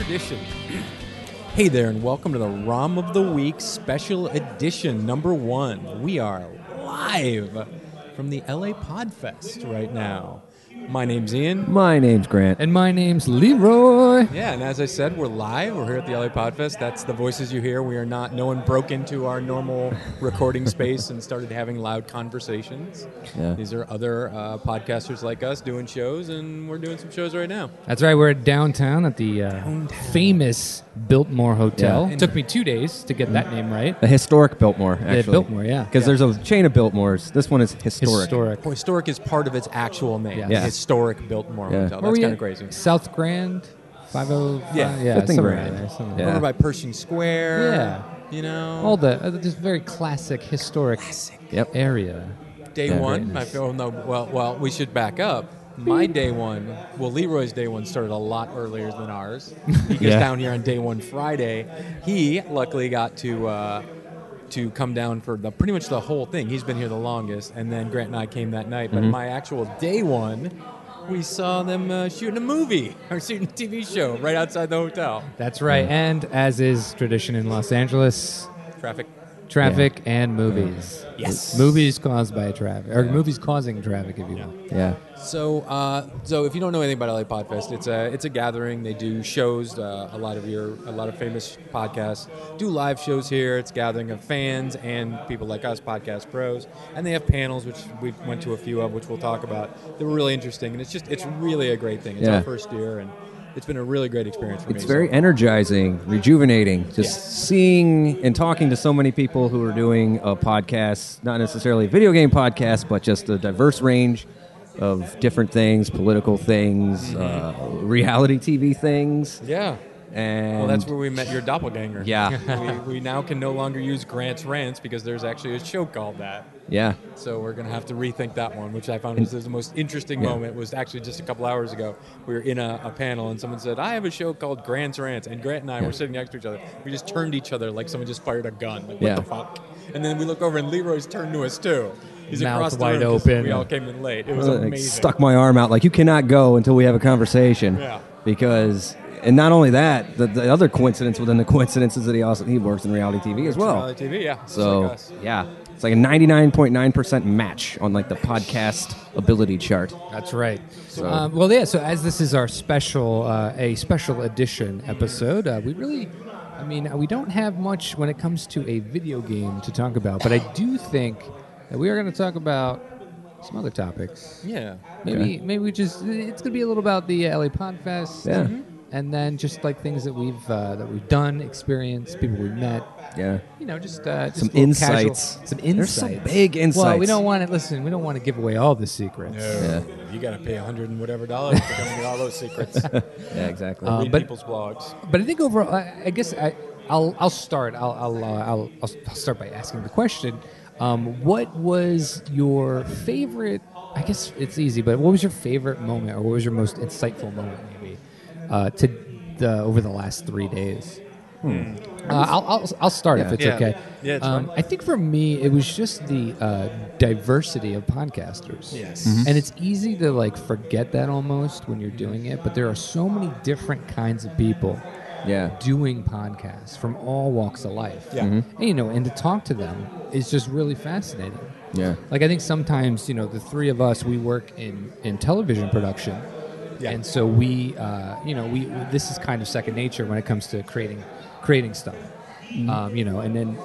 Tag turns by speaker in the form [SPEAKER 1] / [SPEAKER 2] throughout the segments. [SPEAKER 1] edition.
[SPEAKER 2] Hey there, and welcome to the ROM of the Week Special Edition number one. We are live from the LA Podfest right now. My name's Ian.
[SPEAKER 3] My name's Grant.
[SPEAKER 1] And my name's Leroy.
[SPEAKER 2] Yeah, and as I said, we're live. We're here at the LA Podfest. That's the voices you hear. We are not, no one broke into our normal recording space and started having loud conversations.
[SPEAKER 3] Yeah.
[SPEAKER 2] These are other uh, podcasters like us doing shows, and we're doing some shows right now.
[SPEAKER 1] That's right, we're at downtown at the uh, famous Biltmore Hotel.
[SPEAKER 3] Yeah.
[SPEAKER 1] Took me two days to get that name right.
[SPEAKER 3] The historic Biltmore, actually.
[SPEAKER 1] Biltmore, yeah.
[SPEAKER 3] Because
[SPEAKER 1] Yeah.
[SPEAKER 3] there's a chain of Biltmores. This one is historic.
[SPEAKER 1] Historic.
[SPEAKER 2] Well, historic is part of its actual name.
[SPEAKER 1] Yes.
[SPEAKER 3] Yes.
[SPEAKER 2] Historic Biltmore
[SPEAKER 3] Yeah.
[SPEAKER 2] Hotel.
[SPEAKER 1] Where
[SPEAKER 2] That's
[SPEAKER 1] we
[SPEAKER 2] kind of
[SPEAKER 1] at?
[SPEAKER 2] crazy.
[SPEAKER 1] South Grand, 505.
[SPEAKER 2] Yeah.
[SPEAKER 1] yeah
[SPEAKER 3] Fifth and
[SPEAKER 1] somewhere
[SPEAKER 3] Grand.
[SPEAKER 1] there, somewhere
[SPEAKER 3] Yeah.
[SPEAKER 1] there.
[SPEAKER 2] Over by Pershing Square.
[SPEAKER 1] Yeah.
[SPEAKER 2] You know,
[SPEAKER 1] All the uh, this very classic historic
[SPEAKER 3] Yep.
[SPEAKER 1] area.
[SPEAKER 2] day
[SPEAKER 3] Yeah.
[SPEAKER 2] one. My oh no, well, well, we should back up. My day one, well, Leroy's day one started a lot earlier than ours. He gets
[SPEAKER 3] Yeah.
[SPEAKER 2] down here on day one Friday. He luckily got to uh, to come down for the pretty much the whole thing. He's been here the longest, and then Grant and I came that night.
[SPEAKER 3] Mm-hmm.
[SPEAKER 2] But my actual day one, we saw them uh, shooting a movie or shooting a TV show right outside the hotel.
[SPEAKER 1] That's right. And as is tradition in Los Angeles,
[SPEAKER 2] Traffic.
[SPEAKER 1] traffic and movies.
[SPEAKER 2] Yes.
[SPEAKER 1] Movies caused by traffic, or movies causing traffic, if you will.
[SPEAKER 3] Yeah.
[SPEAKER 2] So, uh, so if you don't know anything about LA Podfest, it's a it's a gathering. They do shows, uh, a lot of your a lot of famous podcasts do live shows here. It's a gathering of fans and people like us, podcast pros, and they have panels, which we went to a few of, which we'll talk about. They're really interesting, and it's just it's really a great thing. It's
[SPEAKER 3] Yeah.
[SPEAKER 2] our first year, and it's been a really great experience for me.
[SPEAKER 3] It's
[SPEAKER 2] so-
[SPEAKER 3] very energizing, rejuvenating, just seeing and talking to so many people who are doing a podcast, not necessarily a video game podcast, but just a diverse range of different things, political things, uh, reality TV things.
[SPEAKER 2] yeah.
[SPEAKER 3] And
[SPEAKER 2] Well, that's where we met your doppelganger.
[SPEAKER 3] Yeah.
[SPEAKER 2] we, we now can no longer use Grant's rants because there's actually a show called that.
[SPEAKER 3] yeah.
[SPEAKER 2] So we're gonna have to rethink that one, which I found was the most interesting moment. Was actually just a couple hours ago. We were in a, a panel and someone said, "I have a show called Grant's Rants," and Grant and I were sitting next to each other. We just turned each other like someone just fired a gun. Like what
[SPEAKER 3] Yeah.
[SPEAKER 2] the fuck? And then we look over and Leroy's turned to us too. He's
[SPEAKER 1] Mouth
[SPEAKER 2] across the
[SPEAKER 1] wide
[SPEAKER 2] room 'cause
[SPEAKER 1] open.
[SPEAKER 2] We all came in late. It was
[SPEAKER 3] Like,
[SPEAKER 2] amazing.
[SPEAKER 3] stuck my arm out like you cannot go until we have a conversation.
[SPEAKER 2] Yeah.
[SPEAKER 3] Because and not only that, the, the other coincidence within the coincidence is that he also he works in reality TV as well.
[SPEAKER 2] Reality TV, yeah. just
[SPEAKER 3] so
[SPEAKER 2] like us.
[SPEAKER 3] yeah, it's like a ninety nine point nine percent match on like the podcast ability chart.
[SPEAKER 1] That's right. Um, well, yeah. So as this is our special, uh, a special edition episode, uh, we really, I mean, we don't have much when it comes to a video game to talk about, but I do think that we are going to talk about some other topics.
[SPEAKER 2] yeah.
[SPEAKER 1] Maybe, maybe we just it's going to be a little about the LA Podfest.
[SPEAKER 3] Yeah.
[SPEAKER 1] And then just like things that we've uh, that we've done, experienced, people we've met,
[SPEAKER 3] Yeah.
[SPEAKER 1] you know, just, uh, just
[SPEAKER 3] Some
[SPEAKER 1] a little casual-
[SPEAKER 3] insights.
[SPEAKER 1] some insights.
[SPEAKER 3] There's some big
[SPEAKER 1] Well, we
[SPEAKER 3] insights.
[SPEAKER 1] don't want to listen. We don't want to give away all the secrets.
[SPEAKER 2] No, you got to pay a hundred and whatever dollars to come and get all those secrets.
[SPEAKER 3] Yeah, exactly.
[SPEAKER 1] Um,
[SPEAKER 2] Read
[SPEAKER 1] but-
[SPEAKER 2] people's blogs.
[SPEAKER 1] But I think overall, I, I guess I, I'll I'll start. I'll I'll, uh, I'll I'll I'll start by asking the question: um, What was your favorite? I guess it's easy, but what was your favorite moment, or what was your most insightful moment, maybe, uh, to the, over the last three days? Uh, I'll, I'll I'll start if it's
[SPEAKER 2] Hmm. Yeah.
[SPEAKER 1] okay.
[SPEAKER 2] Yeah, it's
[SPEAKER 1] um, I think for me, it was just the uh, diversity of podcasters.
[SPEAKER 2] Yes. Mhm.
[SPEAKER 1] And it's easy to like forget that almost when you're doing it, but there are so many different kinds of people
[SPEAKER 3] yeah.
[SPEAKER 1] doing podcasts from all walks of life.
[SPEAKER 2] Yeah. Mhm.
[SPEAKER 1] And, you know, and to talk to them is just really fascinating.
[SPEAKER 3] Yeah.
[SPEAKER 1] Like I think sometimes, you know, the three of us, we work in, in television production.
[SPEAKER 2] Yeah.
[SPEAKER 1] And so we, uh, you know, we, this is kind of second nature when it comes to creating, creating stuff.
[SPEAKER 2] Mm-hmm.
[SPEAKER 1] Um, you know, and then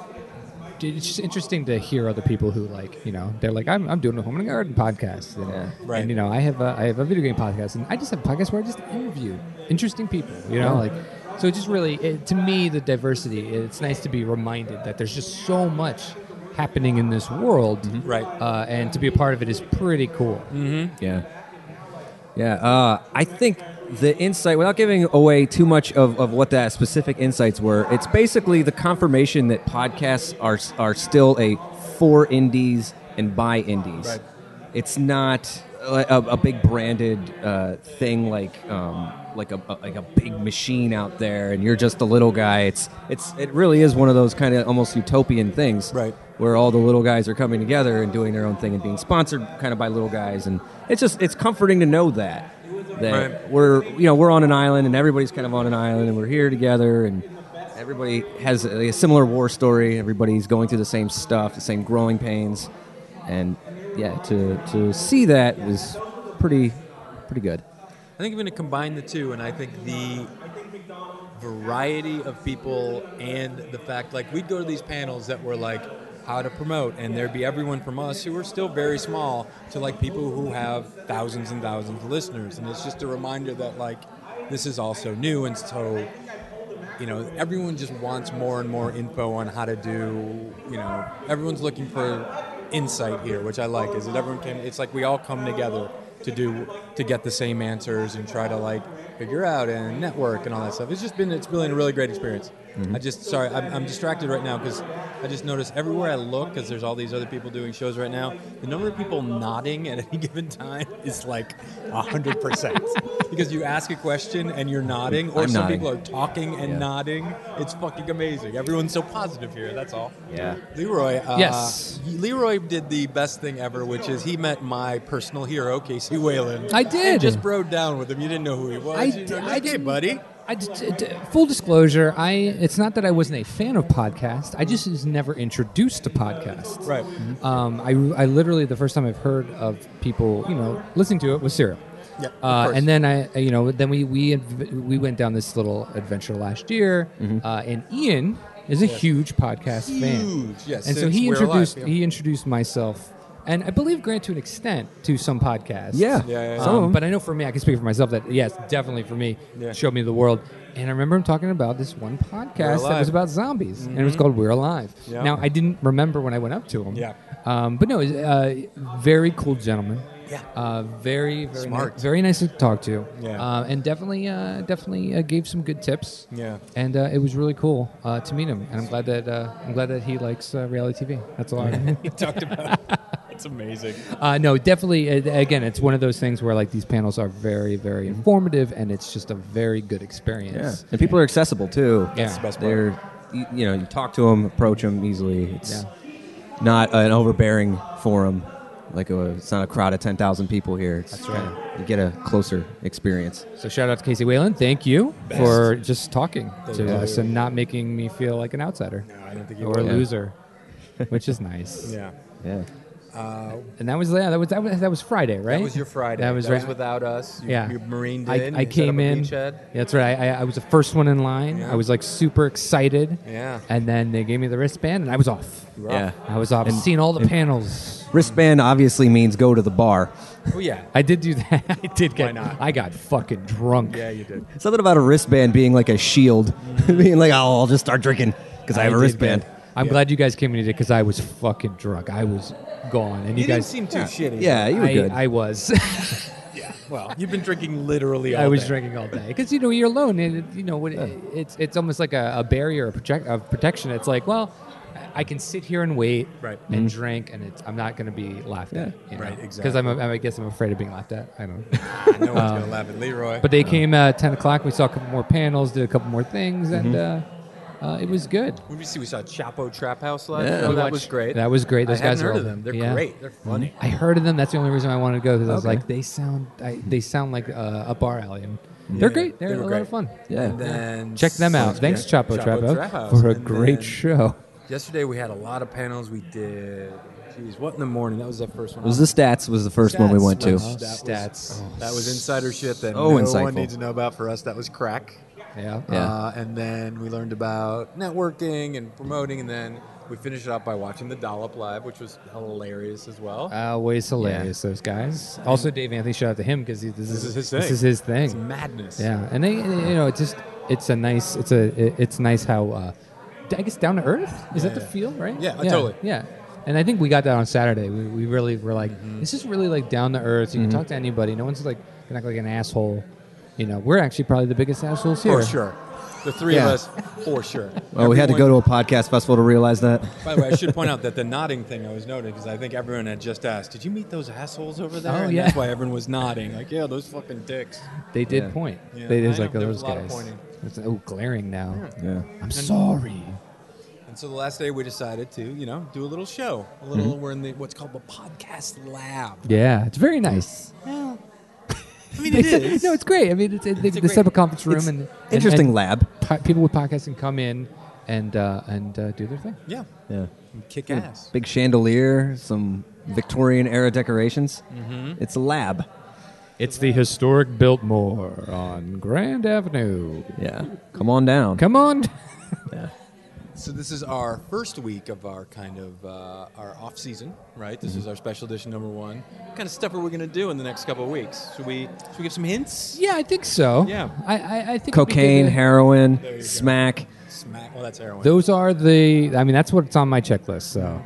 [SPEAKER 1] it's just interesting to hear other people who like, you know, they're like, I'm, I'm doing a home and garden podcast. And,
[SPEAKER 3] Yeah.
[SPEAKER 2] Right.
[SPEAKER 1] and, you know, I have a, I have a video game podcast, and I just have a podcast where I just interview interesting people. You know, like so. It just really, it, to me, the diversity. It's nice to be reminded that there's just so much happening in this world,
[SPEAKER 2] Mm-hmm. Right.
[SPEAKER 1] Uh, and to be a part of it is pretty cool.
[SPEAKER 3] Yeah. Yeah. Uh, I think the insight, without giving away too much of, of what that specific insights were, it's basically the confirmation that podcasts are, are still a for indies and by indies.
[SPEAKER 2] Right.
[SPEAKER 3] It's not a, a a big branded uh, thing like. Um, like a, a- like a big machine out there, and you're just a little guy. It's it's it really is one of those kind of almost utopian things,
[SPEAKER 2] Right.
[SPEAKER 3] where all the little guys are coming together and doing their own thing and being sponsored kind of by little guys and it's just it's comforting to know that that
[SPEAKER 2] Right.
[SPEAKER 3] we're you know we're on an island and everybody's kind of on an island and we're here together and everybody has a, a similar war story. Everybody's going through the same stuff, the same growing pains, and yeah, to to see that was pretty pretty good.
[SPEAKER 2] I think I'm going to combine the two, and I think the variety of people and the fact, like, we'd go to these panels that were like how to promote, and there'd be everyone from us who are still very small to like people who have thousands and thousands of listeners. And it's just a reminder that, like, this is also new, and so, you know, everyone just wants more and more info on how to do, you know, everyone's looking for insight here, which I like, is that everyone can, it's like we all come together to do to get the same answers and try to like figure out and network and all that stuff. It's just been it's been a really great experience. I just sorry I'm, I'm distracted right now because I just noticed everywhere I look because there's all these other people doing shows right now. The number of people nodding at any given time is like hundred percent because you ask a question and you're nodding, or
[SPEAKER 3] I'm
[SPEAKER 2] some
[SPEAKER 3] nodding.
[SPEAKER 2] people are talking and
[SPEAKER 3] Yeah.
[SPEAKER 2] nodding. It's fucking amazing. Everyone's so positive here. That's all.
[SPEAKER 3] Yeah.
[SPEAKER 2] Leroy, uh,
[SPEAKER 1] Yes.
[SPEAKER 2] he- Leroy did the best thing ever, which is he met my personal hero, Casey Whalen.
[SPEAKER 1] I did.
[SPEAKER 2] And just brode down with him. You didn't know who he was.
[SPEAKER 1] I
[SPEAKER 2] you
[SPEAKER 1] d-
[SPEAKER 2] know, just,
[SPEAKER 1] I
[SPEAKER 2] hey,
[SPEAKER 1] didn't-
[SPEAKER 2] buddy.
[SPEAKER 1] I d- d- d- full disclosure, I it's not that I wasn't a fan of podcasts. I just was never introduced to podcasts.
[SPEAKER 2] Right.
[SPEAKER 1] Um, I, I literally the first time I've heard of people, you know, listening to it was Serial.
[SPEAKER 2] Yeah. of
[SPEAKER 1] Uh,
[SPEAKER 2] course.
[SPEAKER 1] and then I, you know, then we we we went down this little adventure last year, uh, and Ian is a huge podcast fan,
[SPEAKER 2] Mm-hmm. Huge, yes,
[SPEAKER 1] and so
[SPEAKER 2] since
[SPEAKER 1] he
[SPEAKER 2] We're Alive,
[SPEAKER 1] introduced
[SPEAKER 2] yeah.
[SPEAKER 1] he introduced myself, and I believe Grant to an extent to some podcasts,
[SPEAKER 3] Yeah.
[SPEAKER 2] Yeah, yeah, yeah.
[SPEAKER 1] Um,
[SPEAKER 3] Some of 'em.
[SPEAKER 1] but I know for me, I can speak for myself that yes, definitely for me,
[SPEAKER 2] Yeah.
[SPEAKER 1] showed me the world. And I remember him talking about this one podcast that
[SPEAKER 2] Alive. Mm-hmm.
[SPEAKER 1] was about zombies, and it was called "We're Alive."
[SPEAKER 2] Yeah.
[SPEAKER 1] Now I didn't remember when I went up to him,
[SPEAKER 2] Yeah.
[SPEAKER 1] um, but no, he's, uh, very cool gentleman.
[SPEAKER 2] Yeah.
[SPEAKER 1] uh, very very
[SPEAKER 2] Smart.
[SPEAKER 1] ni- very nice to talk to.
[SPEAKER 2] Yeah.
[SPEAKER 1] uh, and definitely uh, definitely uh, gave some good tips.
[SPEAKER 2] Yeah.
[SPEAKER 1] and uh, it was really cool uh, to meet him, and I'm glad that uh, I'm glad that he likes uh, reality TV. That's all I. Remember.
[SPEAKER 2] he talked about it. It's amazing.
[SPEAKER 1] Uh, no, definitely. uh, Again, it's one of those things where like these panels are very, very
[SPEAKER 2] Mm-hmm.
[SPEAKER 1] informative, and it's just a very good
[SPEAKER 3] Yeah,
[SPEAKER 1] experience.
[SPEAKER 3] and people are accessible too.
[SPEAKER 1] That's the
[SPEAKER 2] best part.
[SPEAKER 3] They're, you, you know, you talk to them, approach them easily. It's
[SPEAKER 1] Yeah.
[SPEAKER 3] not an overbearing forum. Like a, it's not a crowd of ten thousand people here. It's That's
[SPEAKER 1] right.
[SPEAKER 3] you get a closer experience.
[SPEAKER 1] So shout out to Casey Whalen. Thank you for just talking to
[SPEAKER 2] you.
[SPEAKER 1] us and not making me feel like an outsider
[SPEAKER 2] No, I don't think he
[SPEAKER 1] or a
[SPEAKER 2] will.
[SPEAKER 3] Yeah.
[SPEAKER 1] loser, which is nice.
[SPEAKER 2] Yeah.
[SPEAKER 3] Yeah.
[SPEAKER 1] And that was yeah, that was that was that was Friday, right?
[SPEAKER 2] That was your Friday.
[SPEAKER 1] That was right.
[SPEAKER 2] without us. You,
[SPEAKER 1] yeah,
[SPEAKER 2] You marined
[SPEAKER 1] I,
[SPEAKER 2] in.
[SPEAKER 1] I
[SPEAKER 2] you set
[SPEAKER 1] came
[SPEAKER 2] up a
[SPEAKER 1] in.
[SPEAKER 2] beachhead.
[SPEAKER 1] That's right. I, I, I was the first one in line.
[SPEAKER 2] Yeah.
[SPEAKER 1] I was like super excited.
[SPEAKER 2] Yeah.
[SPEAKER 1] And then they gave me the wristband, and I was off.
[SPEAKER 2] You were off.
[SPEAKER 1] I was off. Seeing all the panels.
[SPEAKER 3] Wristband obviously means go to the bar.
[SPEAKER 2] Oh, yeah.
[SPEAKER 1] I did do that. I did get.
[SPEAKER 2] Why not?
[SPEAKER 1] I got fucking drunk.
[SPEAKER 2] Yeah, you did.
[SPEAKER 3] Something about a wristband being like a shield, being like, oh, I'll just start drinking because I, have a
[SPEAKER 1] did
[SPEAKER 3] wristband.
[SPEAKER 1] get- I'm
[SPEAKER 2] Yeah.
[SPEAKER 1] glad you guys came in today because I was fucking drunk. I was gone, and you,
[SPEAKER 2] You didn't
[SPEAKER 1] guys.
[SPEAKER 2] seem too shitty.
[SPEAKER 3] Yeah, you were
[SPEAKER 1] I,
[SPEAKER 3] good.
[SPEAKER 1] I was.
[SPEAKER 2] Well, you've been drinking literally all
[SPEAKER 1] I was
[SPEAKER 2] day.
[SPEAKER 1] drinking all day because you know you're alone, and it, you know what? It's it's almost like a, a barrier of, project, of protection. It's like, well, I- I can sit here and wait,
[SPEAKER 2] Right. Mm-hmm.
[SPEAKER 1] and drink, and it's, I'm not going to be laughed at,
[SPEAKER 3] Yeah.
[SPEAKER 1] you
[SPEAKER 2] Right,
[SPEAKER 1] Because I'm, a- I guess I'm afraid of being laughed at. I don't. know.
[SPEAKER 2] No one's going to laugh at Leroy.
[SPEAKER 1] um, But they came at 10 o'clock. We saw a couple more panels, did a couple more things, and uh, uh, it was good.
[SPEAKER 2] What did we see? We saw Chapo Trap House last.
[SPEAKER 3] Yeah.
[SPEAKER 2] Oh,
[SPEAKER 1] We
[SPEAKER 2] Mm-hmm. that
[SPEAKER 1] watched-
[SPEAKER 2] was great.
[SPEAKER 1] That was great. Those
[SPEAKER 2] I
[SPEAKER 1] guys
[SPEAKER 2] hadn't
[SPEAKER 1] are
[SPEAKER 2] heard of
[SPEAKER 1] all-
[SPEAKER 2] them. They're
[SPEAKER 1] yeah.
[SPEAKER 2] great. They're funny.
[SPEAKER 1] I heard of them. That's the only reason I wanted to go because I was
[SPEAKER 3] Okay.
[SPEAKER 1] like, they sound I, they sound like uh, a bar alley. And they're great. They're
[SPEAKER 2] They
[SPEAKER 1] a
[SPEAKER 2] were
[SPEAKER 1] lot
[SPEAKER 2] great.
[SPEAKER 1] of fun.
[SPEAKER 3] yeah.
[SPEAKER 2] And then
[SPEAKER 1] Check them out. Thanks,
[SPEAKER 2] Yeah.
[SPEAKER 1] Chapo,
[SPEAKER 2] Trap
[SPEAKER 1] Trapo,
[SPEAKER 2] House.
[SPEAKER 1] for a
[SPEAKER 2] And
[SPEAKER 1] great
[SPEAKER 2] then
[SPEAKER 1] show.
[SPEAKER 2] Yesterday we had a lot of panels. We did. Geez, what in the morning? That was the first one.
[SPEAKER 3] was the stats was the first one we went to.
[SPEAKER 2] Stats. That was,
[SPEAKER 1] Stats. Oh,
[SPEAKER 2] that was insider shit that
[SPEAKER 3] So
[SPEAKER 2] no
[SPEAKER 3] insightful.
[SPEAKER 2] one needs to know about for us. That was crack.
[SPEAKER 1] Yeah.
[SPEAKER 3] Yeah.
[SPEAKER 2] Uh, and then we learned about networking and promoting, and then we finished it up by watching the Dollop Live, which was hilarious as well.
[SPEAKER 3] Ah.
[SPEAKER 1] Always hilarious, those guys. Also, Dave Anthony, shout out to him because this,
[SPEAKER 2] This is his
[SPEAKER 1] This
[SPEAKER 2] thing.
[SPEAKER 1] is his thing.
[SPEAKER 2] it's madness.
[SPEAKER 1] Yeah, and they, you know, it's just it's a nice, it's a, it- it's nice how, uh, I guess down to earth is that the
[SPEAKER 2] yeah.
[SPEAKER 1] feel, right?
[SPEAKER 2] Yeah, totally.
[SPEAKER 1] Yeah, and I think we got that on Saturday. We, we really were like,
[SPEAKER 2] Mm-hmm.
[SPEAKER 1] this is really like down to earth. You can talk to anybody. No one's like gonna act like an asshole. You know, we're actually probably the biggest assholes here.
[SPEAKER 2] for sure. The three
[SPEAKER 1] Yeah.
[SPEAKER 2] of us, for sure.
[SPEAKER 3] Well, Oh, we had to
[SPEAKER 2] Everyone-
[SPEAKER 3] go to a podcast festival to realize that.
[SPEAKER 2] By the way, I should point out that the nodding thing I was noting because I think everyone had just asked, "Did you meet those assholes over there?"
[SPEAKER 1] Oh,
[SPEAKER 2] and
[SPEAKER 1] yeah.
[SPEAKER 2] that's why everyone was nodding. Like, yeah, those fucking dicks.
[SPEAKER 1] They did
[SPEAKER 3] Yeah.
[SPEAKER 1] point.
[SPEAKER 2] Yeah.
[SPEAKER 1] They
[SPEAKER 2] I
[SPEAKER 1] was
[SPEAKER 2] know,
[SPEAKER 1] like
[SPEAKER 2] there
[SPEAKER 1] those
[SPEAKER 2] was a lot of
[SPEAKER 1] guys.
[SPEAKER 2] pointing.
[SPEAKER 1] It's, oh, glaring now.
[SPEAKER 3] Yeah.
[SPEAKER 1] I'm sorry.
[SPEAKER 2] And so the last day we decided to, you know, do a little show. A
[SPEAKER 3] Mm-hmm.
[SPEAKER 2] little. We're in the what's called the podcast lab.
[SPEAKER 1] Yeah, it's very nice.
[SPEAKER 4] I mean, it
[SPEAKER 1] Basically-
[SPEAKER 4] is.
[SPEAKER 1] No, it's great. I mean, it's, they,
[SPEAKER 4] a
[SPEAKER 1] they set up a
[SPEAKER 4] great-
[SPEAKER 1] conference room
[SPEAKER 3] It's
[SPEAKER 1] and and-
[SPEAKER 3] Interesting
[SPEAKER 1] and
[SPEAKER 3] lab.
[SPEAKER 1] po- people with podcasts can come in and uh, and uh, do their thing.
[SPEAKER 2] Yeah.
[SPEAKER 3] Yeah.
[SPEAKER 2] Kick ass.
[SPEAKER 3] Big chandelier, some Victorian era decorations.
[SPEAKER 1] Mm-hmm.
[SPEAKER 3] It's a lab.
[SPEAKER 1] It's the historic Biltmore on Grand Avenue.
[SPEAKER 3] Yeah. Come on down.
[SPEAKER 1] Come on.
[SPEAKER 2] So this is our first week of our kind of uh, our off season, right? This is our special edition number one. What kind of stuff are we going to do in the next couple of weeks? Should we should we give some hints?
[SPEAKER 1] Yeah, I think so.
[SPEAKER 2] Yeah.
[SPEAKER 1] I, I, I think it'd be
[SPEAKER 3] Cocaine,
[SPEAKER 1] good to-
[SPEAKER 2] you go.
[SPEAKER 3] heroin, smack.
[SPEAKER 2] Smack. Well, that's heroin.
[SPEAKER 1] Those are the. I mean, that's what's on my checklist. So,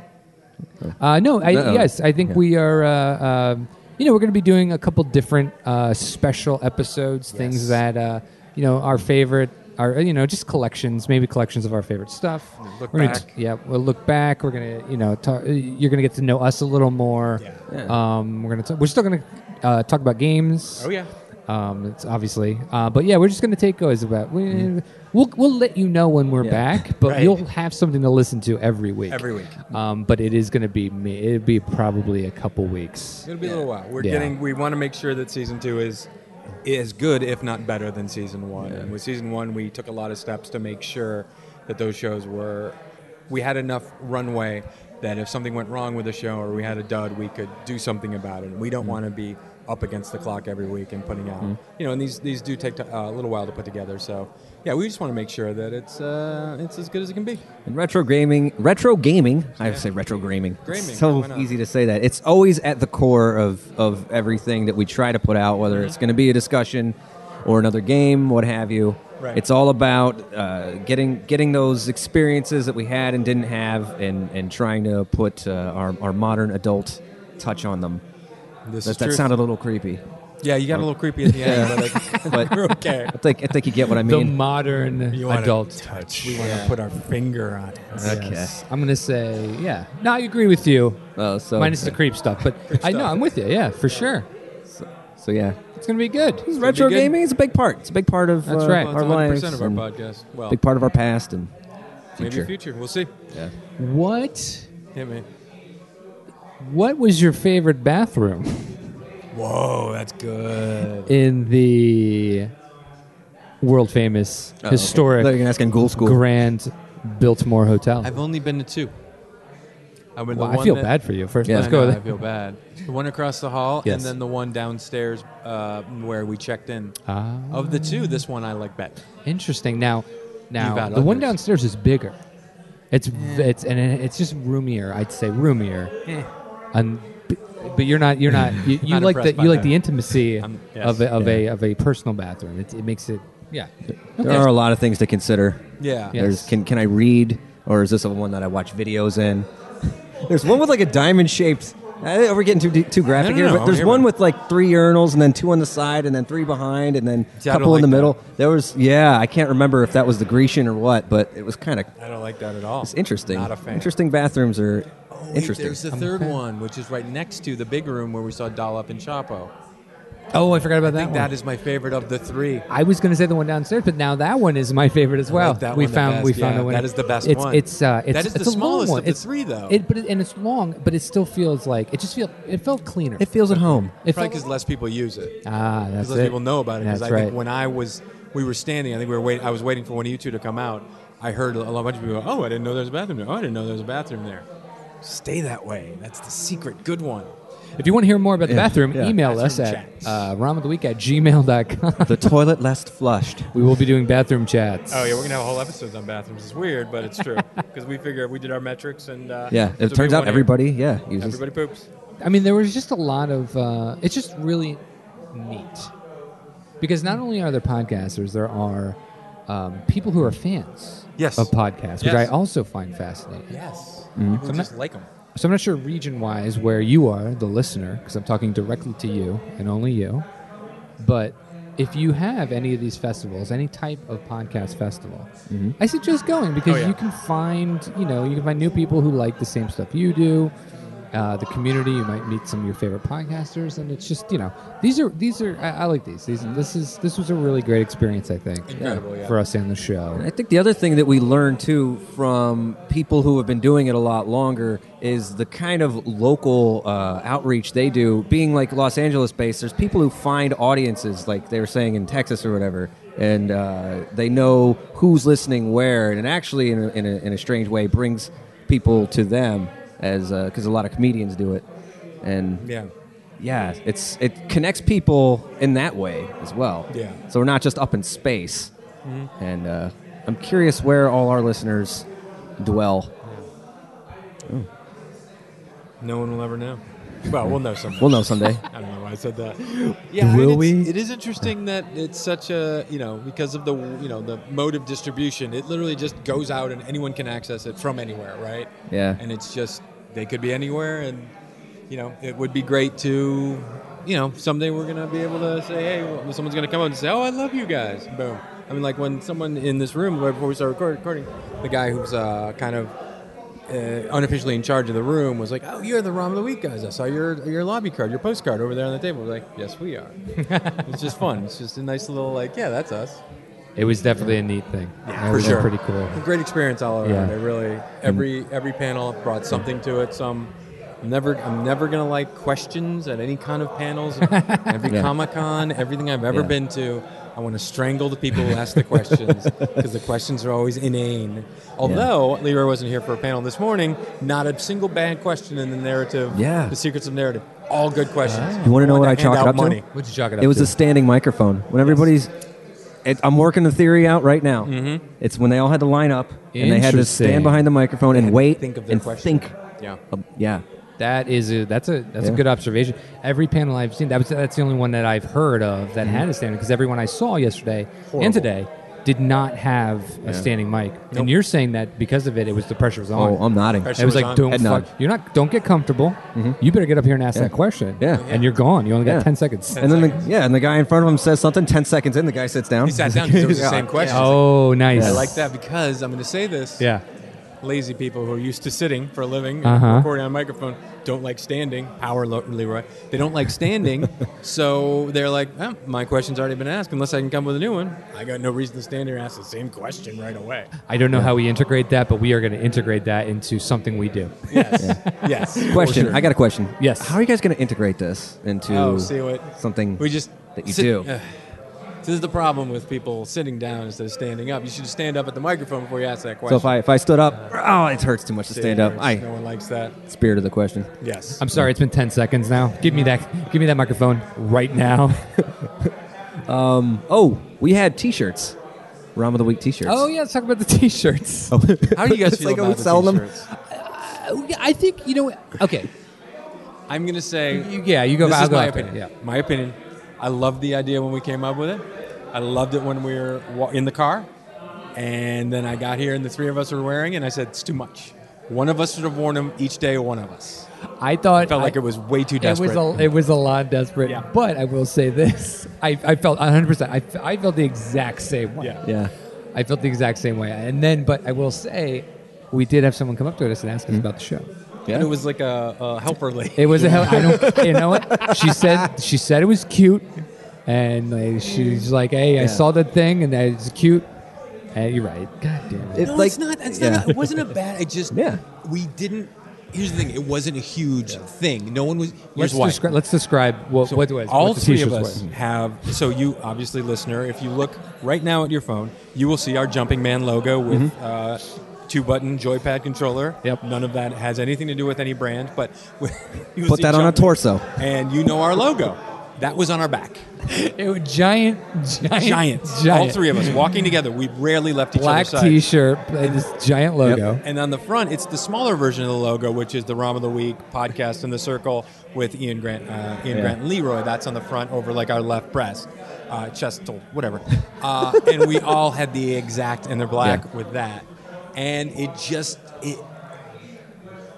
[SPEAKER 1] uh, no, I,
[SPEAKER 3] Uh-oh.
[SPEAKER 1] yes, I think we are. Uh, um you know, we're going to be doing a couple different uh, special episodes, things
[SPEAKER 2] Yes.
[SPEAKER 1] that uh, you know our favorite, our you know just collections, maybe collections of our favorite stuff.
[SPEAKER 2] Look
[SPEAKER 1] We're gonna
[SPEAKER 2] back.
[SPEAKER 1] yeah, we'll look back. We're gonna you know talk, you're gonna get to know us a little more.
[SPEAKER 2] Yeah.
[SPEAKER 3] Yeah.
[SPEAKER 1] Um, we're gonna talk, we're still gonna uh, talk about games.
[SPEAKER 2] Oh yeah.
[SPEAKER 1] Um, it's obviously, uh, but yeah, we're just gonna take goes about. We, We'll we'll let you know when we're
[SPEAKER 3] Yeah.
[SPEAKER 1] back, but
[SPEAKER 2] Right.
[SPEAKER 1] you'll have something to listen to every week.
[SPEAKER 2] Every week.
[SPEAKER 1] Um, but it is gonna be me. It'll be probably a couple weeks.
[SPEAKER 2] It'll be a little while. We're
[SPEAKER 1] Yeah.
[SPEAKER 2] getting. We want to make sure that season two is is good, if not better than season one. And with season one, we took a lot of steps to make sure that those shows were. We had enough runway that if something went wrong with a show or we had a dud, we could do something about it. We don't
[SPEAKER 3] Mm.
[SPEAKER 2] want to be up against the clock every week and putting out. You know, and these these do take t- uh, a little while to put together. So yeah, we just want to make sure that it's uh, it's as good as it can be.
[SPEAKER 3] And retro gaming, retro gaming. I say retro gaming. It's
[SPEAKER 2] Gaming, why
[SPEAKER 3] so
[SPEAKER 2] not?
[SPEAKER 3] easy to say that. It's always at the core of of everything that we try to put out, whether it's going to be a discussion or another game, what have you.
[SPEAKER 2] Right.
[SPEAKER 3] It's all about uh, getting getting those experiences that we had and didn't have, and and trying to put uh, our our modern adult touch on them.
[SPEAKER 2] This
[SPEAKER 3] That, that sounded a little creepy,
[SPEAKER 2] yeah, you got a little creepy at the end, but
[SPEAKER 3] but
[SPEAKER 2] we're okay.
[SPEAKER 3] I think I think you get what I
[SPEAKER 1] the
[SPEAKER 3] mean.
[SPEAKER 1] modern
[SPEAKER 2] You wanna
[SPEAKER 1] adult touch.
[SPEAKER 2] We want to put our finger on it.
[SPEAKER 3] Okay.
[SPEAKER 1] Yes. I'm gonna say yeah. No, I agree with you.
[SPEAKER 3] Oh, so
[SPEAKER 1] Minus the creep stuff, but I know I'm with you. Yeah, for sure.
[SPEAKER 3] so yeah.
[SPEAKER 1] It's gonna be good.
[SPEAKER 3] Retro
[SPEAKER 2] good.
[SPEAKER 3] gaming is a big part. It's a big part of
[SPEAKER 1] That's
[SPEAKER 3] uh,
[SPEAKER 1] right. Well,
[SPEAKER 3] our lives.
[SPEAKER 2] percent of our
[SPEAKER 3] and-
[SPEAKER 2] podcast. Well,
[SPEAKER 3] big part of our past and
[SPEAKER 2] maybe
[SPEAKER 3] future.
[SPEAKER 2] future. We'll see.
[SPEAKER 1] What
[SPEAKER 2] Hit me.
[SPEAKER 1] What was your favorite bathroom
[SPEAKER 2] Whoa, that's good.
[SPEAKER 1] in the world famous
[SPEAKER 3] Oh, okay.
[SPEAKER 1] historic
[SPEAKER 3] Thought you were gonna ask in Ghoul School.
[SPEAKER 1] Grand Biltmore Hotel?
[SPEAKER 2] I've only been to two. I went to
[SPEAKER 1] Well,
[SPEAKER 2] the
[SPEAKER 1] I
[SPEAKER 2] one
[SPEAKER 1] feel
[SPEAKER 2] that-
[SPEAKER 1] bad for you. First,
[SPEAKER 3] Yeah.
[SPEAKER 1] let's
[SPEAKER 2] I
[SPEAKER 1] go.
[SPEAKER 2] know, I
[SPEAKER 1] there.
[SPEAKER 2] feel bad. The one across the hall,
[SPEAKER 1] Yes.
[SPEAKER 2] and then the one downstairs uh, where we checked in.
[SPEAKER 1] Ah.
[SPEAKER 2] Of the two, this one I like better.
[SPEAKER 1] Interesting. Now, now
[SPEAKER 2] You've
[SPEAKER 1] the
[SPEAKER 2] had
[SPEAKER 1] one
[SPEAKER 2] others.
[SPEAKER 1] downstairs is bigger. It's it's and it- it's just roomier. I'd say roomier. And b- but you're not you're not you, you
[SPEAKER 2] Not
[SPEAKER 1] like
[SPEAKER 2] impressed
[SPEAKER 1] the
[SPEAKER 2] by
[SPEAKER 1] you like
[SPEAKER 2] that.
[SPEAKER 1] the intimacy
[SPEAKER 2] I'm-
[SPEAKER 1] of a,
[SPEAKER 2] yes.
[SPEAKER 1] of a of a personal bathroom. It, it makes it yeah.
[SPEAKER 3] There are a lot of things to consider.
[SPEAKER 2] Yeah.
[SPEAKER 1] Yeah.
[SPEAKER 3] There's can can I read or is this the one that I watch videos in? There's one with like a diamond shaped. Uh, we're getting too de- too graphic
[SPEAKER 2] No, no,
[SPEAKER 3] here,
[SPEAKER 2] no,
[SPEAKER 3] but
[SPEAKER 2] I'm
[SPEAKER 3] there's
[SPEAKER 2] here,
[SPEAKER 3] one
[SPEAKER 2] man.
[SPEAKER 3] with like three urinals and then two on the side and then three behind and then
[SPEAKER 2] See,
[SPEAKER 3] a
[SPEAKER 2] I don't
[SPEAKER 3] couple in
[SPEAKER 2] like
[SPEAKER 3] the
[SPEAKER 2] that.
[SPEAKER 3] middle. There was yeah, I can't remember if that was the Grecian or what, but it was kind of
[SPEAKER 2] I don't like that at all.
[SPEAKER 3] it's interesting.
[SPEAKER 2] Not a fan.
[SPEAKER 3] Interesting bathrooms are
[SPEAKER 2] Oh, wait,
[SPEAKER 3] interesting.
[SPEAKER 2] There's the third one, which is right next to the big room where we saw Dollop and Chapo.
[SPEAKER 1] Oh, I forgot about that.
[SPEAKER 2] That is my favorite of the three.
[SPEAKER 1] I was going to say the one downstairs, but now that one is my favorite as well.
[SPEAKER 2] like that
[SPEAKER 1] we
[SPEAKER 2] one the
[SPEAKER 1] found
[SPEAKER 2] best,
[SPEAKER 1] we found
[SPEAKER 2] yeah.
[SPEAKER 1] a winner.
[SPEAKER 2] That is the best
[SPEAKER 1] it's,
[SPEAKER 2] one.
[SPEAKER 1] It's uh, it's
[SPEAKER 2] That is the
[SPEAKER 1] it's a long
[SPEAKER 2] smallest
[SPEAKER 1] one.
[SPEAKER 2] of the
[SPEAKER 1] It's-
[SPEAKER 2] three, though.
[SPEAKER 1] It, but it, and it's long, but it still feels like it just feel it felt cleaner.
[SPEAKER 3] it feels at home.
[SPEAKER 2] Probably
[SPEAKER 1] It felt-
[SPEAKER 2] because less people use it.
[SPEAKER 1] ah, that's
[SPEAKER 2] Because
[SPEAKER 1] it.
[SPEAKER 2] less people know about it. Because
[SPEAKER 1] That's
[SPEAKER 2] I
[SPEAKER 1] right.
[SPEAKER 2] think when I was, we were standing. I think we were waiting. I was waiting for one of you two to come out. I heard a lot bunch of people. go, Oh, I didn't know there was a bathroom there. Oh, I didn't know there was a bathroom there. Stay that way. That's the secret. Good one.
[SPEAKER 1] if you want to hear more about the bathroom,
[SPEAKER 3] yeah.
[SPEAKER 1] email us
[SPEAKER 2] Bathroom
[SPEAKER 1] at
[SPEAKER 2] chats.
[SPEAKER 1] uh, rhymoftheweek at gmail.com.
[SPEAKER 3] the toilet last flushed.
[SPEAKER 1] we will be doing bathroom chats.
[SPEAKER 2] Oh yeah, we're gonna have whole episodes on bathrooms. It's weird, but it's true because we figure we did our metrics and uh,
[SPEAKER 3] Yeah, it turns out everybody yeah uses
[SPEAKER 2] everybody poops.
[SPEAKER 1] I mean, there was just a lot of. Uh, it's just really neat because not only are there podcasters, there are um, people who are fans
[SPEAKER 2] Yes.
[SPEAKER 1] of podcasts, which
[SPEAKER 2] Yes.
[SPEAKER 1] I also find fascinating.
[SPEAKER 2] Yes,
[SPEAKER 3] Mm-hmm.
[SPEAKER 2] people just like them.
[SPEAKER 1] So I'm not sure region wise where you are, the listener, because I'm talking directly to you and only you. But if you have any of these festivals, any type of podcast festival, I suggest going because
[SPEAKER 2] Mm-hmm. Oh, yeah.
[SPEAKER 1] you can find, you know, you can find new people who like the same stuff you do. uh, the community. You might meet some of your favorite podcasters, and it's just you know these are these are I, I like these. These this is this was a really great experience. I think
[SPEAKER 2] Incredible, yeah.
[SPEAKER 1] for us and the show.
[SPEAKER 3] I think the other thing that we learned too from people who have been doing it a lot longer is the kind of local uh, outreach they do. Being like Los Angeles based, there's people who find audiences, like they were saying in Texas or whatever, and uh, they know who's listening where, and it actually, in a, in a, in a strange way, brings people to them as because a lot of comedians do it, and
[SPEAKER 2] Yeah.
[SPEAKER 3] yeah, it's it connects people in that way as well.
[SPEAKER 2] Yeah. Mm-hmm.
[SPEAKER 3] So we're not just up in space. And uh, I'm curious where all our listeners dwell.
[SPEAKER 2] No one will ever know. Well, we'll know someday.
[SPEAKER 3] We'll know someday.
[SPEAKER 2] I don't know why I said that. Yeah,
[SPEAKER 1] Will
[SPEAKER 2] I mean, it's-
[SPEAKER 1] we?
[SPEAKER 2] It is interesting that it's such a you know because of the you know the mode of distribution, it literally just goes out and anyone can access it from anywhere, right?
[SPEAKER 3] Yeah.
[SPEAKER 2] And it's just they could be anywhere, and you know it would be great to you know someday we're gonna be able to say hey, well, someone's gonna come up and say oh I love you guys, boom. I mean like when someone in this room right before we started record- recording, the guy who's uh, kind of uh, unofficially in charge of the room was like, "Oh, you're the Rom of the Week guys. I saw your your lobby card, your postcard over there on the table." We're like, "Yes, we are." it's just fun. It's just a nice little like, "Yeah, that's us."
[SPEAKER 1] It was definitely a neat thing. That
[SPEAKER 2] for
[SPEAKER 1] was
[SPEAKER 2] sure.
[SPEAKER 1] Pretty cool.
[SPEAKER 2] A great experience all around. I
[SPEAKER 1] Yeah.
[SPEAKER 2] really every every panel brought something to it. Some I'm never I'm never gonna like questions at any kind of panels. every
[SPEAKER 3] Yeah.
[SPEAKER 2] Comic Con, everything I've ever
[SPEAKER 3] Yeah.
[SPEAKER 2] been to. I want to strangle the people who ask the questions because the questions are always inane. Although Leroy wasn't here for a panel this morning, not a single bad question in the narrative.
[SPEAKER 3] Yeah. Ah.
[SPEAKER 2] the secrets of narrative, all good questions.
[SPEAKER 3] You wanna
[SPEAKER 2] I
[SPEAKER 3] know
[SPEAKER 2] want
[SPEAKER 3] what I
[SPEAKER 2] hand
[SPEAKER 3] chalk it
[SPEAKER 2] out
[SPEAKER 3] up to?
[SPEAKER 2] money.
[SPEAKER 1] What'd you chalk it up?
[SPEAKER 3] It was
[SPEAKER 1] to?
[SPEAKER 3] a standing microphone. When everybody's, it, I'm working the theory out right now. Mm-hmm. It's when they all had to line up and they had to
[SPEAKER 1] Interesting.
[SPEAKER 3] stand behind the microphone and wait
[SPEAKER 2] think of their
[SPEAKER 3] and
[SPEAKER 2] question.
[SPEAKER 3] think.
[SPEAKER 2] Yeah.
[SPEAKER 3] of- yeah.
[SPEAKER 1] That is a that's a that's
[SPEAKER 3] Yeah.
[SPEAKER 1] a good observation. Every panel I've seen that was that's the only one that I've heard of that had a standing because everyone I saw yesterday
[SPEAKER 2] Horrible.
[SPEAKER 1] and today did not have a standing mic. And you're saying that because of it, it was the pressure was on.
[SPEAKER 3] Oh, I'm nodding.
[SPEAKER 2] Pressure.
[SPEAKER 1] it was
[SPEAKER 2] was
[SPEAKER 1] like
[SPEAKER 2] on.
[SPEAKER 1] don't
[SPEAKER 3] Head nod.
[SPEAKER 1] fuck, you're not don't get comfortable. You better get up here and ask that question.
[SPEAKER 3] Yeah.
[SPEAKER 1] and you're gone. You only got
[SPEAKER 3] Yeah.
[SPEAKER 1] ten seconds.
[SPEAKER 3] And then the, yeah, and the guy in front of him says something. Ten seconds in, the guy sits down.
[SPEAKER 2] He sat down because it was the same question.
[SPEAKER 1] oh, nice.
[SPEAKER 2] I like that because I'm going to say this.
[SPEAKER 1] Yeah.
[SPEAKER 2] lazy people who are used to sitting for a living,
[SPEAKER 1] Uh-huh.
[SPEAKER 2] recording on a microphone, don't like standing. Power, Lo- Leroy. They don't like standing, so they're like, "Eh, my question's already been asked. Unless I can come with a new one, I got no reason to stand here and ask the same question right away.
[SPEAKER 1] I don't know how we integrate that, but we are going to integrate that into something we do.
[SPEAKER 2] Yes, yes. for
[SPEAKER 3] Question.
[SPEAKER 2] sure.
[SPEAKER 3] I got a question.
[SPEAKER 1] Yes.
[SPEAKER 3] How are you guys going to integrate this into
[SPEAKER 2] Oh, see what-
[SPEAKER 3] something?
[SPEAKER 2] We just
[SPEAKER 3] that you
[SPEAKER 2] sit-
[SPEAKER 3] do.
[SPEAKER 2] Ugh. this is the problem with people sitting down instead of standing up. You should stand up at the microphone before you ask that
[SPEAKER 3] so
[SPEAKER 2] question.
[SPEAKER 3] if I if I stood up, oh, it hurts too much to stand up. I
[SPEAKER 2] no one likes that.
[SPEAKER 3] spirit of the question.
[SPEAKER 2] Yes.
[SPEAKER 1] I'm sorry, it's been ten seconds now. Give me that. Give me that microphone right now.
[SPEAKER 3] Oh, we had T-shirts, Rom of the Week T-shirts.
[SPEAKER 1] oh yeah, let's talk about the t-shirts.
[SPEAKER 2] How do you guys
[SPEAKER 3] It's
[SPEAKER 2] feel
[SPEAKER 3] like, are we
[SPEAKER 2] about the
[SPEAKER 3] selling them?
[SPEAKER 2] t-shirts?
[SPEAKER 1] Oh, yeah, I think you know. Okay,
[SPEAKER 2] I'm going to say
[SPEAKER 1] You- yeah, you go.
[SPEAKER 2] this
[SPEAKER 1] I'll
[SPEAKER 2] is
[SPEAKER 1] go
[SPEAKER 2] my
[SPEAKER 1] after.
[SPEAKER 2] opinion.
[SPEAKER 1] Yeah.
[SPEAKER 2] My opinion. I loved the idea when we came up with it. I loved it when we were wa- in the car, and then I got here and the three of us were wearing, it, and I said it's too much. One of us should have worn them each day. One of us
[SPEAKER 1] I thought
[SPEAKER 2] felt
[SPEAKER 1] I-
[SPEAKER 2] like it was way too
[SPEAKER 1] It
[SPEAKER 2] desperate.
[SPEAKER 1] was a, it was a lot desperate,
[SPEAKER 2] Yeah.
[SPEAKER 1] but I will say this: I, I felt 100. percent I, I felt the exact same way.
[SPEAKER 2] Yeah.
[SPEAKER 3] Yeah.
[SPEAKER 1] I felt the exact same way. And then, but I will say, we did have someone come up to us and ask us about the show.
[SPEAKER 3] Yeah.
[SPEAKER 2] And it was like a, a helper lady.
[SPEAKER 1] It was a hell. I don't. You know what she said? She said it was cute, and like, she's like, "Hey, I
[SPEAKER 3] Yeah.
[SPEAKER 1] saw that thing, and that it's cute." And you're right. God damn it.
[SPEAKER 3] It-
[SPEAKER 2] No,
[SPEAKER 3] like-
[SPEAKER 2] it's not. It's
[SPEAKER 3] yeah.
[SPEAKER 2] not. A, it wasn't a bad. It just.
[SPEAKER 3] Yeah.
[SPEAKER 2] We didn't. Here's the thing. It wasn't a huge thing. No one was.
[SPEAKER 1] Let's,
[SPEAKER 2] here's why.
[SPEAKER 1] descri- let's describe what,
[SPEAKER 2] So
[SPEAKER 1] what it was.
[SPEAKER 2] all
[SPEAKER 1] what the
[SPEAKER 2] three of
[SPEAKER 1] t-shirts
[SPEAKER 2] us
[SPEAKER 1] was.
[SPEAKER 2] have. So you obviously, listener, if you look right now at your phone, you will see our Jumping Man logo with
[SPEAKER 3] Mm-hmm.
[SPEAKER 2] uh, two-button joypad controller.
[SPEAKER 1] Yep.
[SPEAKER 2] None of that has anything to do with any brand, but you will
[SPEAKER 3] Put
[SPEAKER 2] see
[SPEAKER 3] that on a
[SPEAKER 2] Jumping-
[SPEAKER 3] torso.
[SPEAKER 2] and you know our logo. That was on our back.
[SPEAKER 1] It was giant, giant,
[SPEAKER 2] Giant. All
[SPEAKER 1] giant.
[SPEAKER 2] three of us walking together. We rarely left each
[SPEAKER 1] black
[SPEAKER 2] other's side.
[SPEAKER 1] T-shirt, and this giant logo.
[SPEAKER 2] And on the front, it's the smaller version of the logo, which is the Rom of the Week podcast in the circle with Ian Grant, uh, Ian
[SPEAKER 3] Yeah.
[SPEAKER 2] Grant and Leroy. That's on the front over like our left breast, uh, chest, to- whatever. Uh, and we all had the exact, and they're black
[SPEAKER 3] Yeah.
[SPEAKER 2] with that. And it just it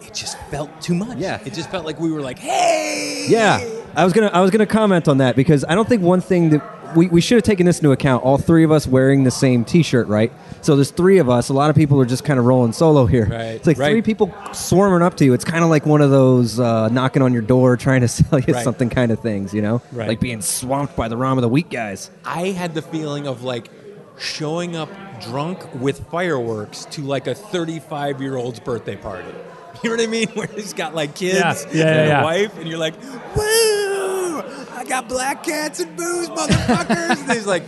[SPEAKER 2] it just felt too much.
[SPEAKER 3] Yeah.
[SPEAKER 2] It just felt like we were like, hey,
[SPEAKER 3] Yeah. I was gonna I was gonna comment on that because I don't think one thing that we, we should have taken this into account. All three of us wearing the same T-shirt, right? So there's three of us. A lot of people are just kind of rolling solo here.
[SPEAKER 2] Right,
[SPEAKER 3] It's like three
[SPEAKER 2] right.
[SPEAKER 3] people swarming up to you. It's kind of like one of those uh, knocking on your door trying to sell you
[SPEAKER 2] Right.
[SPEAKER 3] something kind of things, you know?
[SPEAKER 2] Right.
[SPEAKER 3] Like being swamped by the ROM of the week guys.
[SPEAKER 2] I had the feeling of like showing up drunk with fireworks to like a 35 year old's birthday party. You know what I mean? Where he's got like kids
[SPEAKER 4] Yeah, yeah,
[SPEAKER 2] and a
[SPEAKER 4] yeah.
[SPEAKER 2] wife, and you're like, woo! I got black cats and booze, motherfuckers. and he's like,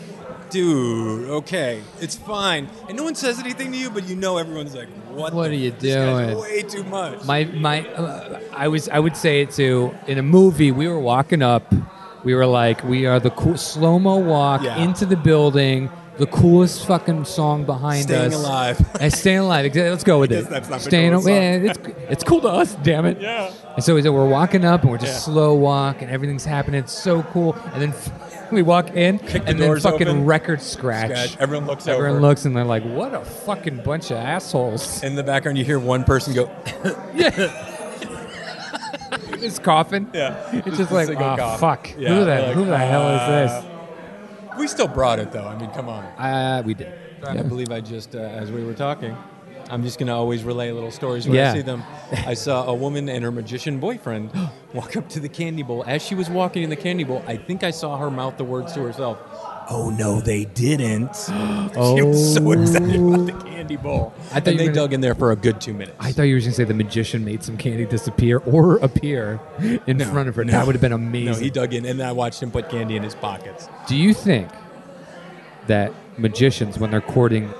[SPEAKER 2] dude, okay, it's fine. And no one says anything to you, but you know everyone's like, what,
[SPEAKER 1] What
[SPEAKER 2] the-
[SPEAKER 1] are you
[SPEAKER 2] this guy's
[SPEAKER 1] doing?
[SPEAKER 2] Way too much.
[SPEAKER 1] My my, uh, I was I would say it too. In a movie, we were walking up. We were like, we are the cool slow mo walk
[SPEAKER 2] Yeah.
[SPEAKER 1] into the building. The coolest fucking song behind
[SPEAKER 2] Staying
[SPEAKER 1] us.
[SPEAKER 2] alive.
[SPEAKER 1] Uh, staying alive. Exa- Let's go with
[SPEAKER 2] Because
[SPEAKER 1] it.
[SPEAKER 2] that's not the
[SPEAKER 1] staying
[SPEAKER 2] coolest
[SPEAKER 1] alive. It's, it's cool to us, damn it.
[SPEAKER 4] Yeah.
[SPEAKER 1] And so we said, we're walking up and we're just
[SPEAKER 2] Yeah.
[SPEAKER 1] slow walk and everything's happening. It's so cool. And then f- we walk in
[SPEAKER 2] Kick the
[SPEAKER 1] and then
[SPEAKER 2] doors
[SPEAKER 1] fucking
[SPEAKER 2] open.
[SPEAKER 1] record scratch.
[SPEAKER 2] Scratch. Everyone looks
[SPEAKER 1] Everyone
[SPEAKER 2] over.
[SPEAKER 1] looks and they're like, what a fucking bunch of assholes.
[SPEAKER 2] In the background, you hear one person go,
[SPEAKER 1] It's coughing.
[SPEAKER 2] yeah.
[SPEAKER 1] It's
[SPEAKER 2] Just
[SPEAKER 1] just
[SPEAKER 2] a
[SPEAKER 1] like,
[SPEAKER 2] single
[SPEAKER 1] oh,
[SPEAKER 2] cough.
[SPEAKER 1] fuck.
[SPEAKER 2] Yeah,
[SPEAKER 1] who the,
[SPEAKER 2] they're like, "Ah."
[SPEAKER 1] who the hell is this?
[SPEAKER 2] We still brought it though. I mean, come on.
[SPEAKER 1] Uh, we did.
[SPEAKER 2] I believe I just, uh, as we were talking, I'm just gonna always relay little stories when
[SPEAKER 1] Yeah.
[SPEAKER 2] I see them. I saw a woman and her magician boyfriend walk up to the candy bowl. As she was walking in the candy bowl, I think I saw her mouth the words to herself. Oh no, they didn't. she was so excited about the candy bowl.
[SPEAKER 1] Oh. I thought
[SPEAKER 2] and
[SPEAKER 1] you
[SPEAKER 2] they
[SPEAKER 1] were-
[SPEAKER 2] dug in there for a good two minutes.
[SPEAKER 1] I thought you were going to say the magician made some candy disappear or appear in front of her.
[SPEAKER 2] No.
[SPEAKER 1] That would have been
[SPEAKER 2] No,
[SPEAKER 1] amazing.
[SPEAKER 2] he dug in, and then I watched him put candy in his pockets.
[SPEAKER 1] Do you think that magicians, when they're courting,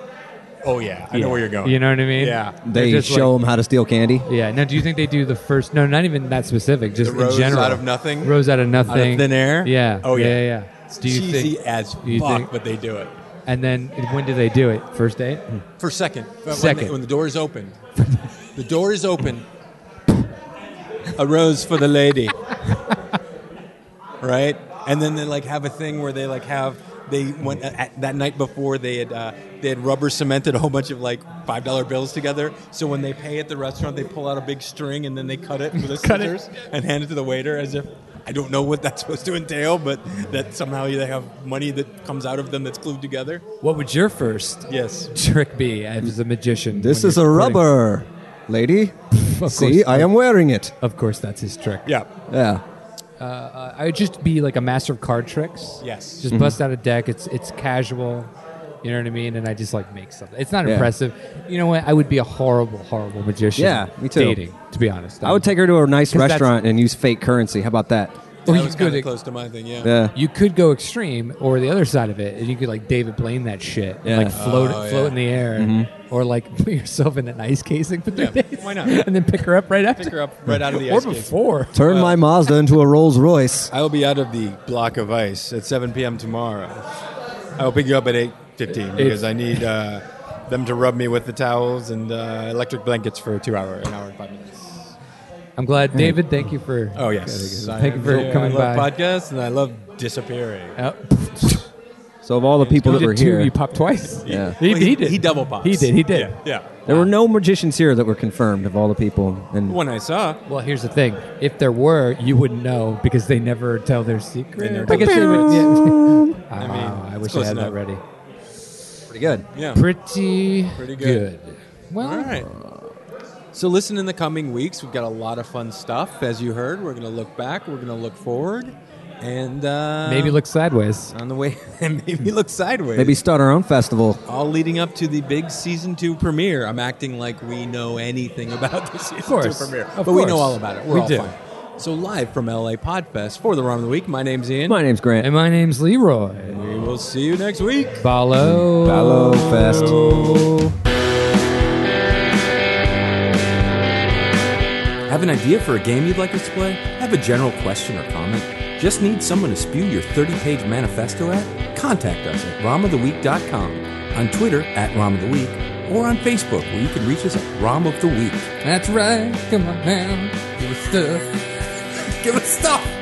[SPEAKER 2] Oh yeah, I know where you're going.
[SPEAKER 1] You know what I mean?
[SPEAKER 2] Yeah.
[SPEAKER 1] They're
[SPEAKER 3] They
[SPEAKER 1] just
[SPEAKER 3] show
[SPEAKER 1] like-
[SPEAKER 3] them how to steal candy.
[SPEAKER 1] yeah. Now, do you think they do the first? No, not even that specific. Just
[SPEAKER 2] The rose
[SPEAKER 1] in general,
[SPEAKER 2] out of nothing?
[SPEAKER 1] Rose out of nothing.
[SPEAKER 2] thin air?
[SPEAKER 1] Yeah.
[SPEAKER 2] Oh, yeah.
[SPEAKER 1] Yeah. yeah,
[SPEAKER 2] It's
[SPEAKER 1] Do you
[SPEAKER 2] cheesy
[SPEAKER 1] think?
[SPEAKER 2] as
[SPEAKER 1] do you
[SPEAKER 2] fuck,
[SPEAKER 1] think-
[SPEAKER 2] but they do it.
[SPEAKER 1] And then when do they do it? First date?
[SPEAKER 3] Hmm.
[SPEAKER 2] For second. But when
[SPEAKER 1] Second.
[SPEAKER 2] the- When, the door is open. the door is open. A rose for the lady. right? And then they like have a thing where they like have they went uh, at, that night before they had uh, they had rubber cemented a whole bunch of like five dollar bills together. So when they pay at the restaurant, they pull out a big string and then they cut it with the
[SPEAKER 1] Cut it.
[SPEAKER 2] scissors and hand it to the waiter as if I don't know what that's supposed to entail, but that somehow they have money that comes out of them that's glued together.
[SPEAKER 1] What would your first
[SPEAKER 2] Yes.
[SPEAKER 1] trick be as a magician?
[SPEAKER 3] This
[SPEAKER 1] when
[SPEAKER 3] is a
[SPEAKER 1] you're courting?
[SPEAKER 3] rubber, lady.
[SPEAKER 1] course.
[SPEAKER 3] See, I am wearing it.
[SPEAKER 1] Of course, that's his trick.
[SPEAKER 2] Yeah.
[SPEAKER 3] Yeah.
[SPEAKER 1] Uh, I would just be like a master of card tricks.
[SPEAKER 2] Yes.
[SPEAKER 3] Mm-hmm.
[SPEAKER 1] Just bust out a deck. It's it's casual. You know what I mean? And I just like make something. It's not
[SPEAKER 3] Yeah.
[SPEAKER 1] impressive. You know what? I would be a horrible, horrible magician.
[SPEAKER 3] Yeah, me too.
[SPEAKER 1] Dating, to be honest.
[SPEAKER 3] I would take her to a nice
[SPEAKER 1] 'Cause that's-
[SPEAKER 3] restaurant and use fake currency. How about that?
[SPEAKER 1] Or
[SPEAKER 2] That
[SPEAKER 1] you
[SPEAKER 2] was
[SPEAKER 1] could,
[SPEAKER 2] kind of close to my thing, yeah.
[SPEAKER 3] Yeah.
[SPEAKER 1] you could go extreme, or the other side of it, and you could like David Blaine that shit, and,
[SPEAKER 3] Yeah. Mm-hmm.
[SPEAKER 1] like float
[SPEAKER 2] Oh,
[SPEAKER 1] float
[SPEAKER 2] yeah.
[SPEAKER 1] in the air, or like put yourself in an ice casing for three
[SPEAKER 2] Yeah,
[SPEAKER 1] days.
[SPEAKER 2] why not?
[SPEAKER 1] And then pick her up right after,
[SPEAKER 2] Pick her up right out of the
[SPEAKER 1] or
[SPEAKER 2] ice cave.
[SPEAKER 1] before.
[SPEAKER 3] Turn my Mazda into a Rolls Royce.
[SPEAKER 2] I will be out of the block of ice at 7 p.m. tomorrow. I will pick you up at 8:15 because I need uh, them to rub me with the towels and uh, electric blankets for two hour, an hour and five minutes.
[SPEAKER 1] I'm glad, David. Thank you for.
[SPEAKER 2] Oh yes,
[SPEAKER 1] Thank you for
[SPEAKER 2] I, I
[SPEAKER 1] coming
[SPEAKER 2] love
[SPEAKER 1] by.
[SPEAKER 2] podcasts and I love disappearing.
[SPEAKER 1] Uh,
[SPEAKER 3] So of all the people
[SPEAKER 1] you
[SPEAKER 3] that were
[SPEAKER 1] did two.
[SPEAKER 3] here,
[SPEAKER 1] You popped twice.
[SPEAKER 3] Yeah.
[SPEAKER 1] He,
[SPEAKER 2] Well,
[SPEAKER 1] he did.
[SPEAKER 2] He double pops.
[SPEAKER 1] He did. He did.
[SPEAKER 2] Yeah. yeah.
[SPEAKER 3] there were no magicians here that were confirmed of all the people. And
[SPEAKER 2] One I saw.
[SPEAKER 1] Well, here's the thing. If there were, you wouldn't know because they never tell their secret.
[SPEAKER 2] never
[SPEAKER 1] I
[SPEAKER 2] tell
[SPEAKER 1] guess they
[SPEAKER 2] their
[SPEAKER 1] would. Yeah. I,
[SPEAKER 2] mean,
[SPEAKER 1] I
[SPEAKER 2] it's
[SPEAKER 1] wish I
[SPEAKER 2] close
[SPEAKER 1] had
[SPEAKER 2] enough.
[SPEAKER 1] that ready.
[SPEAKER 3] pretty good.
[SPEAKER 2] Yeah.
[SPEAKER 1] Pretty,
[SPEAKER 2] Pretty good.
[SPEAKER 1] Well,
[SPEAKER 2] All right. So listen in the coming weeks. We've got a lot of fun stuff. As you heard, we're going to look back. We're going to look forward, and uh,
[SPEAKER 1] maybe look sideways.
[SPEAKER 2] on the way. maybe look sideways.
[SPEAKER 3] Maybe start our own festival.
[SPEAKER 2] all leading up to the big season two premiere. I'm acting like we know anything about the season
[SPEAKER 1] course.
[SPEAKER 2] two premiere,
[SPEAKER 1] Of
[SPEAKER 2] but we know
[SPEAKER 1] course.
[SPEAKER 2] all about it. We're
[SPEAKER 1] We
[SPEAKER 2] all
[SPEAKER 1] do.
[SPEAKER 2] fine. So live from LA Podfest for the Rom of the Week. My name's Ian.
[SPEAKER 3] My name's Grant.
[SPEAKER 1] And my name's Leroy.
[SPEAKER 2] We will see you next week.
[SPEAKER 1] Balo.
[SPEAKER 3] Balo Fest.
[SPEAKER 5] Have an idea for a game you'd like us to play? Have a general question or comment? Just need someone to spew your 30 page manifesto at? Contact us at romoftheweek.com, on Twitter at romoftheweek, or on Facebook where you can reach us at Rom of the Week.
[SPEAKER 1] That's right. Come on now. Do stuff.
[SPEAKER 5] Give us stuff!